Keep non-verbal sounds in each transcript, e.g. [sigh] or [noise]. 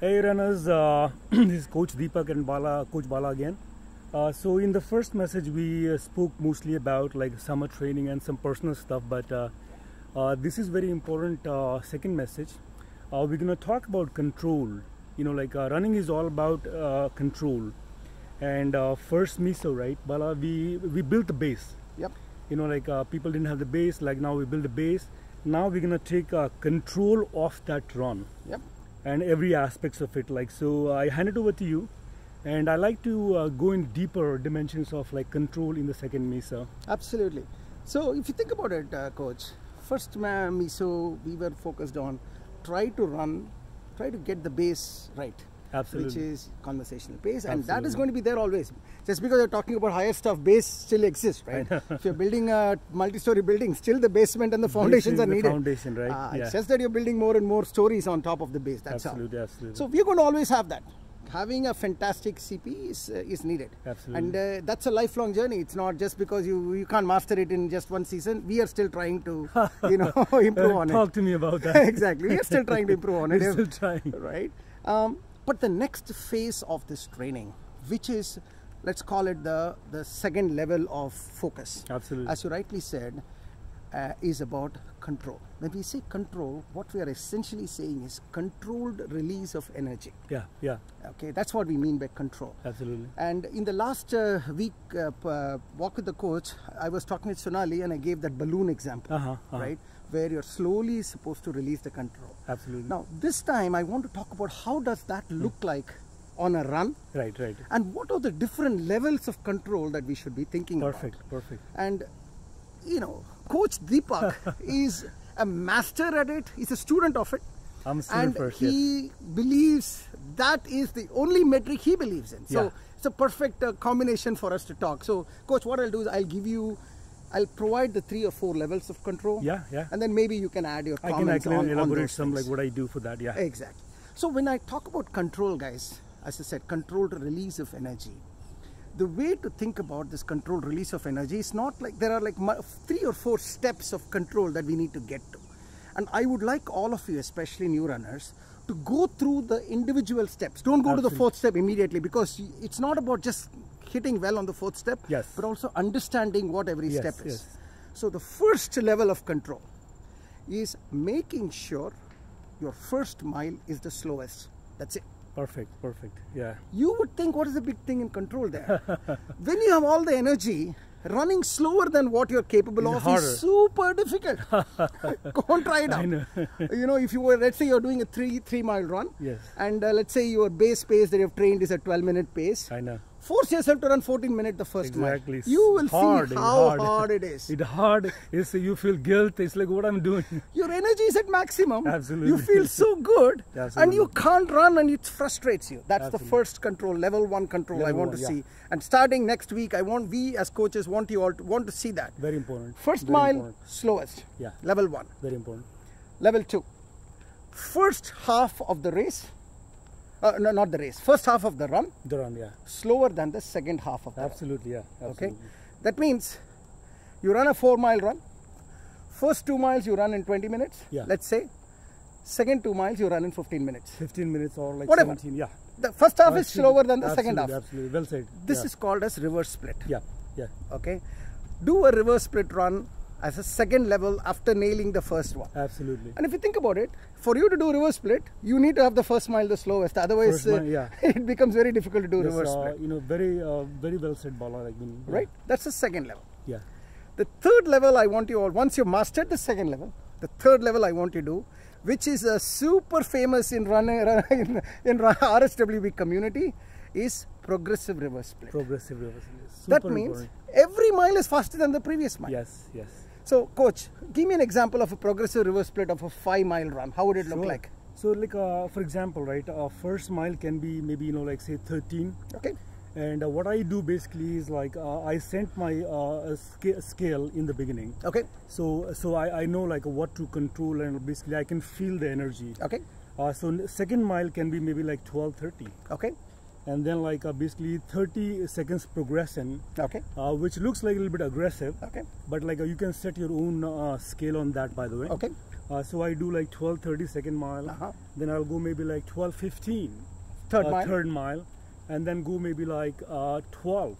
Hey runners, uh, [clears throat] this is Coach Deepak and Bala, Coach Bala again. Uh, so in the first message, we uh, spoke mostly about like summer training and some personal stuff, but uh, uh, this is very important uh, second message. Uh, we're gonna talk about control. You know, like uh, running is all about uh, control. And uh, first miso, right, Bala? We we built the base. Yep. You know, like uh, people didn't have the base. Like now we build the base. Now we're gonna take uh, control of that run Yep. and every aspects of it like so i hand it over to you and i like to uh, go in deeper dimensions of like control in the second mesa Absolutely. So if you think about it, uh, coach, first ma- miso we were focused on try to run, try to get the base right. Which Absolutely. is conversational base, and that Absolutely. is going to be there always. Just because you're talking about higher stuff, base still exists, right? if you're building a multi-story building, still the basement and the foundations is are the needed. foundation, right? Ah, Yeah. It's just that you're building more and more stories on top of the base. That's all. absolutely absolutely So we're going to always have that. Having a fantastic CP is, uh, is needed. Absolutely. And uh, that's a lifelong journey. It's not just because you, you can't master it in just one season. We are still trying [laughs] to, you know, improve Uh, on talk it. to me about that [laughs] exactly. We are still trying to improve [laughs] on it. We're still trying. Right? Um, but the next phase of this training, which is, let's call it the, the second level of focus absolutely as you rightly said, uh, is about control. When we say control, what we are essentially saying is controlled release of energy. yeah yeah Okay, that's what we mean by control. absolutely And in the last uh, week uh, p- uh, walk with the coach, I was talking with Sonali and I gave that balloon example, Uh-huh, uh-huh. right? Where you're slowly supposed to release the control. absolutely Now, this time I want to talk about how does that Hmm. look like on a run right right and what are the different levels of control that we should be thinking about perfect perfect and you know coach [laughs] deepak is a master at it he's a student of it i'm a student and first yes. he believes that is the only metric he believes in so Yeah. it's a perfect uh, combination for us to talk so coach what i'll do is i'll give you i'll provide the three or four levels of control Yeah, yeah. and then maybe you can add your i can comments actually on, on elaborate those some things. like what i do for that yeah Exactly. So when I talk about control, guys, as I said, controlled release of energy. The way to think about this controlled release of energy is not like there are like mu- three or four steps of control that we need to get to. And I would like all of you, especially new runners, to go through the individual steps. Don't go to the Absolutely. fourth step immediately because y- it's not about just hitting well on the fourth step, Yes. but also understanding what every Yes, step is. yes. So the first level of control is making sure your first mile is the slowest. That's it. perfect perfect yeah You would think, what is the big thing in control [laughs] there? when you have all the energy, running slower than what you're capable Is of harder. is super difficult. [laughs] Go and try it I out. know. [laughs] you know, if you were, let's say you're doing a three three mile run, Yes. and uh, let's say your base pace that you've trained is a 12 minute pace. i know Force yourself to run 14 minutes the first exactly mile. You will hard, see it's how hard. it is. it's hard it's you feel guilt it's like what i'm doing your energy is at maximum. You Absolutely. feel so good, and [laughs] Absolutely. you can't run, and it frustrates you. That's the Absolutely. first control, level one control. I Level want one, to yeah. see. And starting next week, I want we as coaches want you all to, want to see that. very important First Very mile, important. slowest. Yeah. Level one. very important Level two. First half of the race. Uh, no, not the race. First half of the run, the run yeah slower than the second half of the run. Absolutely, yeah. Okay, Absolutely. that means you run a four mile run. First two miles you run in 20 minutes, Yeah. let's say. Second two miles you run in 15 minutes. 15 minutes or like Whatever. 17, yeah. The first half is Absolutely, slower than the second half. absolutely, Absolutely, well said. This yeah. is called as reverse split. Yeah, yeah. Okay, do a reverse split run as a second level after nailing the first one. Absolutely. And if you think about it, for you to do reverse split, you need to have the first mile the slowest. Otherwise, First mile, yeah. uh, [laughs] it becomes very difficult to do Yes, reverse uh, split. You know, very, uh, very well said, Bala. Like, mean, yeah, Right? That's the second level. Yeah. The third level I want you all, once you've mastered the second level, the third level I want you to do, which is a super famous in running [laughs] in, in RSWB community, is progressive reverse split. Progressive reverse. that Super means important. every mile is faster than the previous mile. Yes, yes. So, coach, give me an example of a progressive reverse split of a five mile run. How would it look Sure. like? So, like, uh, for example, right, uh, first mile can be maybe, you know, like, say 13. Okay. And uh, what I do basically is like, uh, I sent my uh, sca- scale in the beginning. Okay. So, so I, I know like what to control and basically I can feel the energy. Okay. Uh, so n- second mile can be maybe like 12, 30. Okay. And then like uh, basically 30 seconds progression, Okay. uh, which looks like a little bit aggressive. Okay. But like uh, you can set your own uh, scale on that, by the way. Okay. Uh, so I do like 12, 30 second mile. Uh-huh. Then I'll go maybe like 12, 15. Third uh, mile. Third mile. And then go maybe like uh, 12.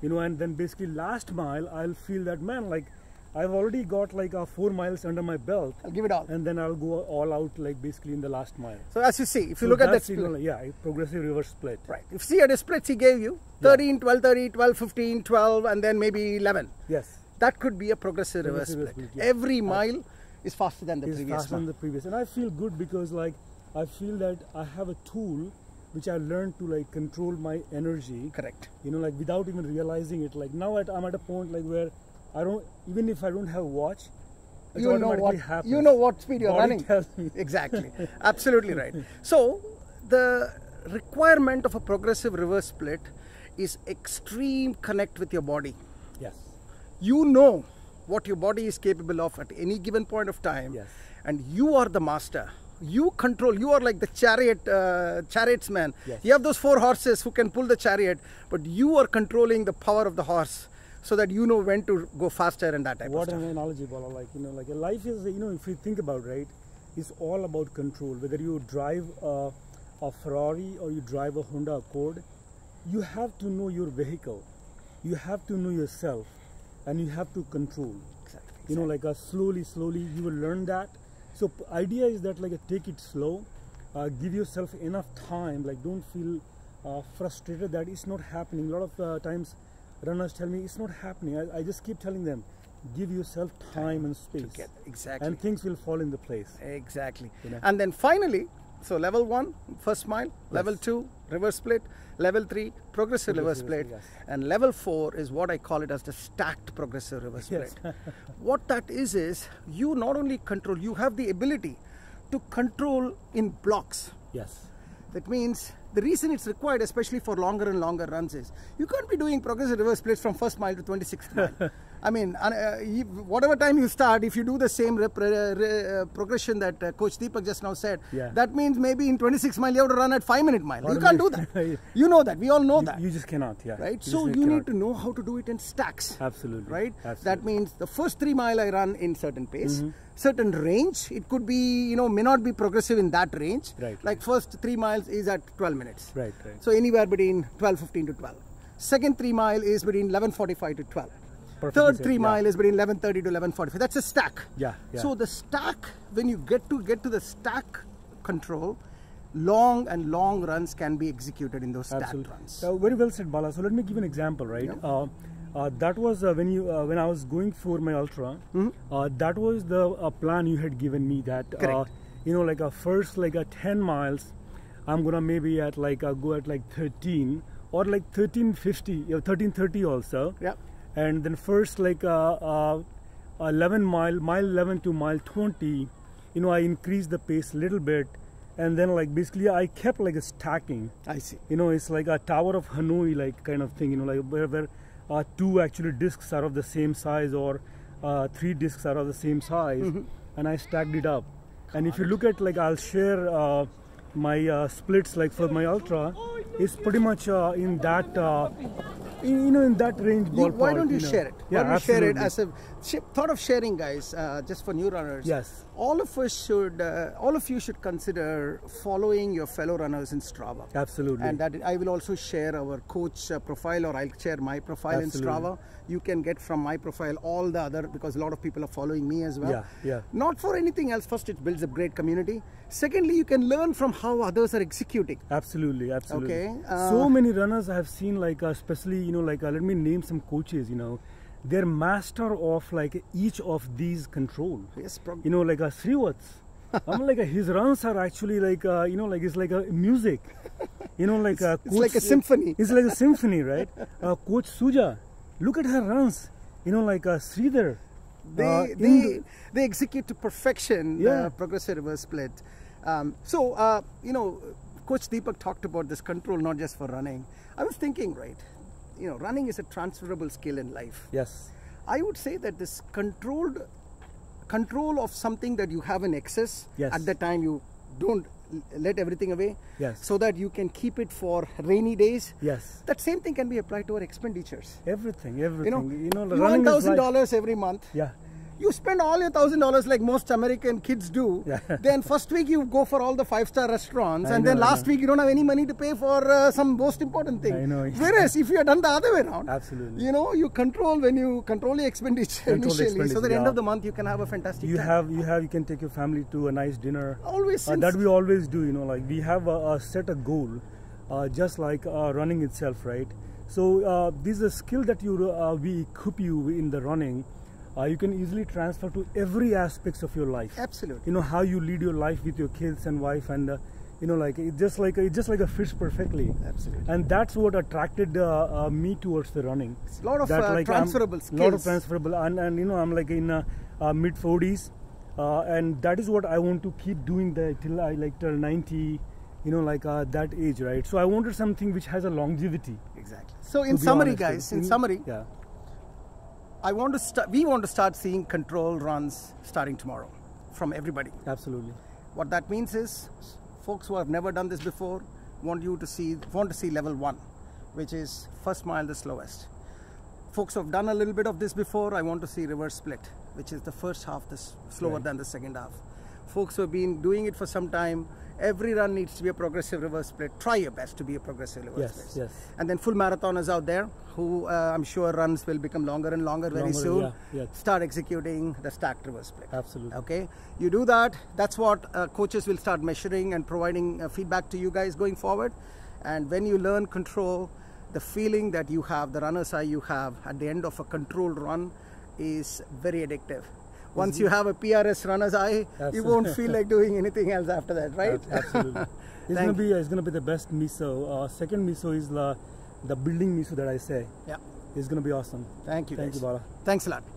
You know, and then basically last mile, I'll feel that, man, like I've already got like uh, four miles under my belt. I'll give it all. And then I'll go all out like basically in the last mile. So as you see, if you So look at that that's, split, you know, yeah, a progressive reverse split. right? If see at the splits he gave you 13, 12, 30, 12, 15, 12, and then maybe 11. Yes. That could be a progressive reverse Progressive split. reverse split, yeah. Every mile is faster than the is previous faster than one. the previous. And I feel good because like I feel that I have a tool which I learned to like control my energy. Correct. You know, like without even realizing it. Like now at, I'm at a point like where I don't even if I don't have a watch, it you know automatically what happens. you know what speed you're Body running tells me. [laughs] exactly absolutely right so the requirement of a progressive reverse split is extreme connect with your body Yes. you know what your body is capable of at any given point of time Yes. and you are the master you control you are like the chariot uh, chariotman Yes. you have those four horses who can pull the chariot but you are controlling the power of the horse so that you know when to go faster and that type of What stuff an analogy, Bala. Like, you know, like a life is, you know, if you think about right, it's all about control. Whether you drive a, a Ferrari or you drive a Honda Accord, you have to know your vehicle, you have to know yourself, and you have to control. Exactly. You know, like a slowly, slowly, you will learn that. So p- idea is that like a take it slow, uh, give yourself enough time. Like don't feel uh, frustrated that it's not happening. A lot of uh, times, runners tell me it's not happening. I, I just keep telling them, give yourself time and space, get- exactly. and things will fall into place. Exactly. You know? And then finally, so level one, first mile, level two, reverse split, level three, progressive reverse split, Progressive reverse, and level four is what I call it as the stacked progressive reverse Yes. [laughs] split. what that is, is you not only control, you have the ability to control in blocks. Yes. That means the reason it's required, especially for longer and longer runs, is you can't be doing progressive reverse splits from first mile to 26th mile. [laughs] I mean, un- uh, you- whatever time you start, if you do the same rep, re, re, uh, progression that uh, Coach Deepak just now said, Yeah. that means maybe in 26 mile you have to run at five minute mile. Or you can't do maybe- [laughs] that. you know that. We all know You- that, You, just cannot. Yeah. right? just so you cannot. need to know how to do it in stacks. Absolutely. Right? That Absolutely. Mm-hmm. means the first three mile I run in certain pace, certain range. It could be, you know, may not be progressive in that range. Right, Like first three miles is at 12 minutes. Right, right. So anywhere between 12:15 to 12. Second three mile is between 11:45 to 12. Perfectly Third said, three yeah. mile is between 11:30 to 11:45. That's a stack. Yeah, yeah. So the stack, when you get to get to the stack control, long and long runs can be executed in those stack runs. Uh, very well said, Bala. So let me give an example, right? Uh, uh, that was uh, when you uh, when I was going for my ultra. Mm-hmm. Uh, that was the uh, plan you had given me. That uh, Correct. you know, like a first like a ten miles, I'm gonna maybe at like uh, go at like 13 or like 1350, uh, 1330 also. Yeah. And then first like uh, uh, 11 mile, mile 11 to mile 20, you know, I increased the pace a little bit, and then like basically I kept like stacking I see. you know it's like a tower of hanoi like kind of thing you know like where, where uh, two actually discs are of the same size or uh, three discs are of the same size Mm-hmm. and i stacked it up and if you look at like i'll share uh, my uh, splits like for my ultra is pretty much uh, in that uh, in, you know in that range You- ballpark, why don't you know. share it? yeah why don't you share it absolutely. as a sh- thought of sharing, guys? Uh, just for new runners. Yes. All of us should, uh, all of you should consider following your fellow runners in Strava. Absolutely. And that I will also share our coach uh, profile, or I'll share my profile in Absolutely. Strava. You can get from my profile all the other because a lot of people are following me as well. Yeah, yeah. Not for anything else. First, it builds a great community. Secondly, you can learn from how others are executing. Absolutely, absolutely. Okay, so uh, many runners I have seen, like uh, especially you know, like uh, let me name some coaches. You know, they're master of like each of these control. Yes, prog- You know, like a Srivats. [laughs] I'm like uh, his runs are actually like uh, you know, like it's like a music. You know, like uh, it's like a symphony. It's like a symphony, right? Uh, Coach Suja, look at her runs. You know, like uh, Sridhar. they, uh, in they, the- they execute to perfection Yeah. the progressive reverse split. Um, so, uh, you know, Coach Deepak talked about this control not just for running. I was thinking, right, you know, running is a transferable skill in life. yes, I would say that this controlled control of something that you have in excess Yes. at the time you don't l- let everything away Yes. so that you can keep it for rainy days. yes, That same thing can be applied to our expenditures. everything, You know, everything. You know, you earn running is thousand like- dollars every month Yeah, You spend all your thousand dollars like most American kids do. Yeah. [laughs] Then first week you go for all the five star restaurants, I and then know, I last week you don't have any money to pay for uh, some most important thing. I know. Whereas if you had done the other way around, Absolutely. you know you control when you control your expenditure Control the initially, so that expenditure, end yeah. of the month you can have a fantastic. You time. have you have you can take your family to a nice dinner. always Uh, since- that we always do, you know, like we have a, a set a goal, uh, just like uh, running itself, right? So uh, this is a skill that you uh, we equip you in the running. Uh, you can easily transfer to every aspects of your life. absolutely. You know how you lead your life with your kids and wife, and uh, you know, like it just like it just like a fish perfectly. Absolutely. And that's what attracted uh, uh, me towards the running. It's a lot of That, uh, like, I'm- transferable skills. lot of transferable, and, and you know I'm like in uh, uh, mid 40s, uh, and that is what I want to keep doing the, till I like till 90, you know, like uh, that age, right? So I wanted something which has a longevity. Exactly. So to in be summary, honest. guys, in, summary, yeah, I want to start. We want to start seeing control runs starting tomorrow from everybody. absolutely, What that means is, folks who have never done this before want you to see want to see level one, which is first mile the slowest. Folks who have done a little bit of this before, I want to see reverse split, which is the first half is slower Right. than the second half. Folks who have been doing it for some time, every run needs to be a progressive reverse split. Try your best to be a progressive reverse Yes, split. yes. And then full marathoners out there who uh, I'm sure runs will become longer and longer very Longer, soon. yeah, yeah. Start executing the stacked reverse split. absolutely. Okay, you do that. That's what uh, coaches will start measuring and providing uh, feedback to you guys going forward. And when you learn control, the feeling that you have, the runner's eye you have at the end of a controlled run is very addictive. Once you have a PRS runner's eye, you [laughs] won't feel like doing anything else after that, right? Ab- [laughs] Absolutely. It's Thank gonna be it's gonna be the best miso. Uh, second miso is the the building miso that I say. Yeah. It's gonna be awesome. Thank you. Thank guys. you, Bala. Thanks a lot.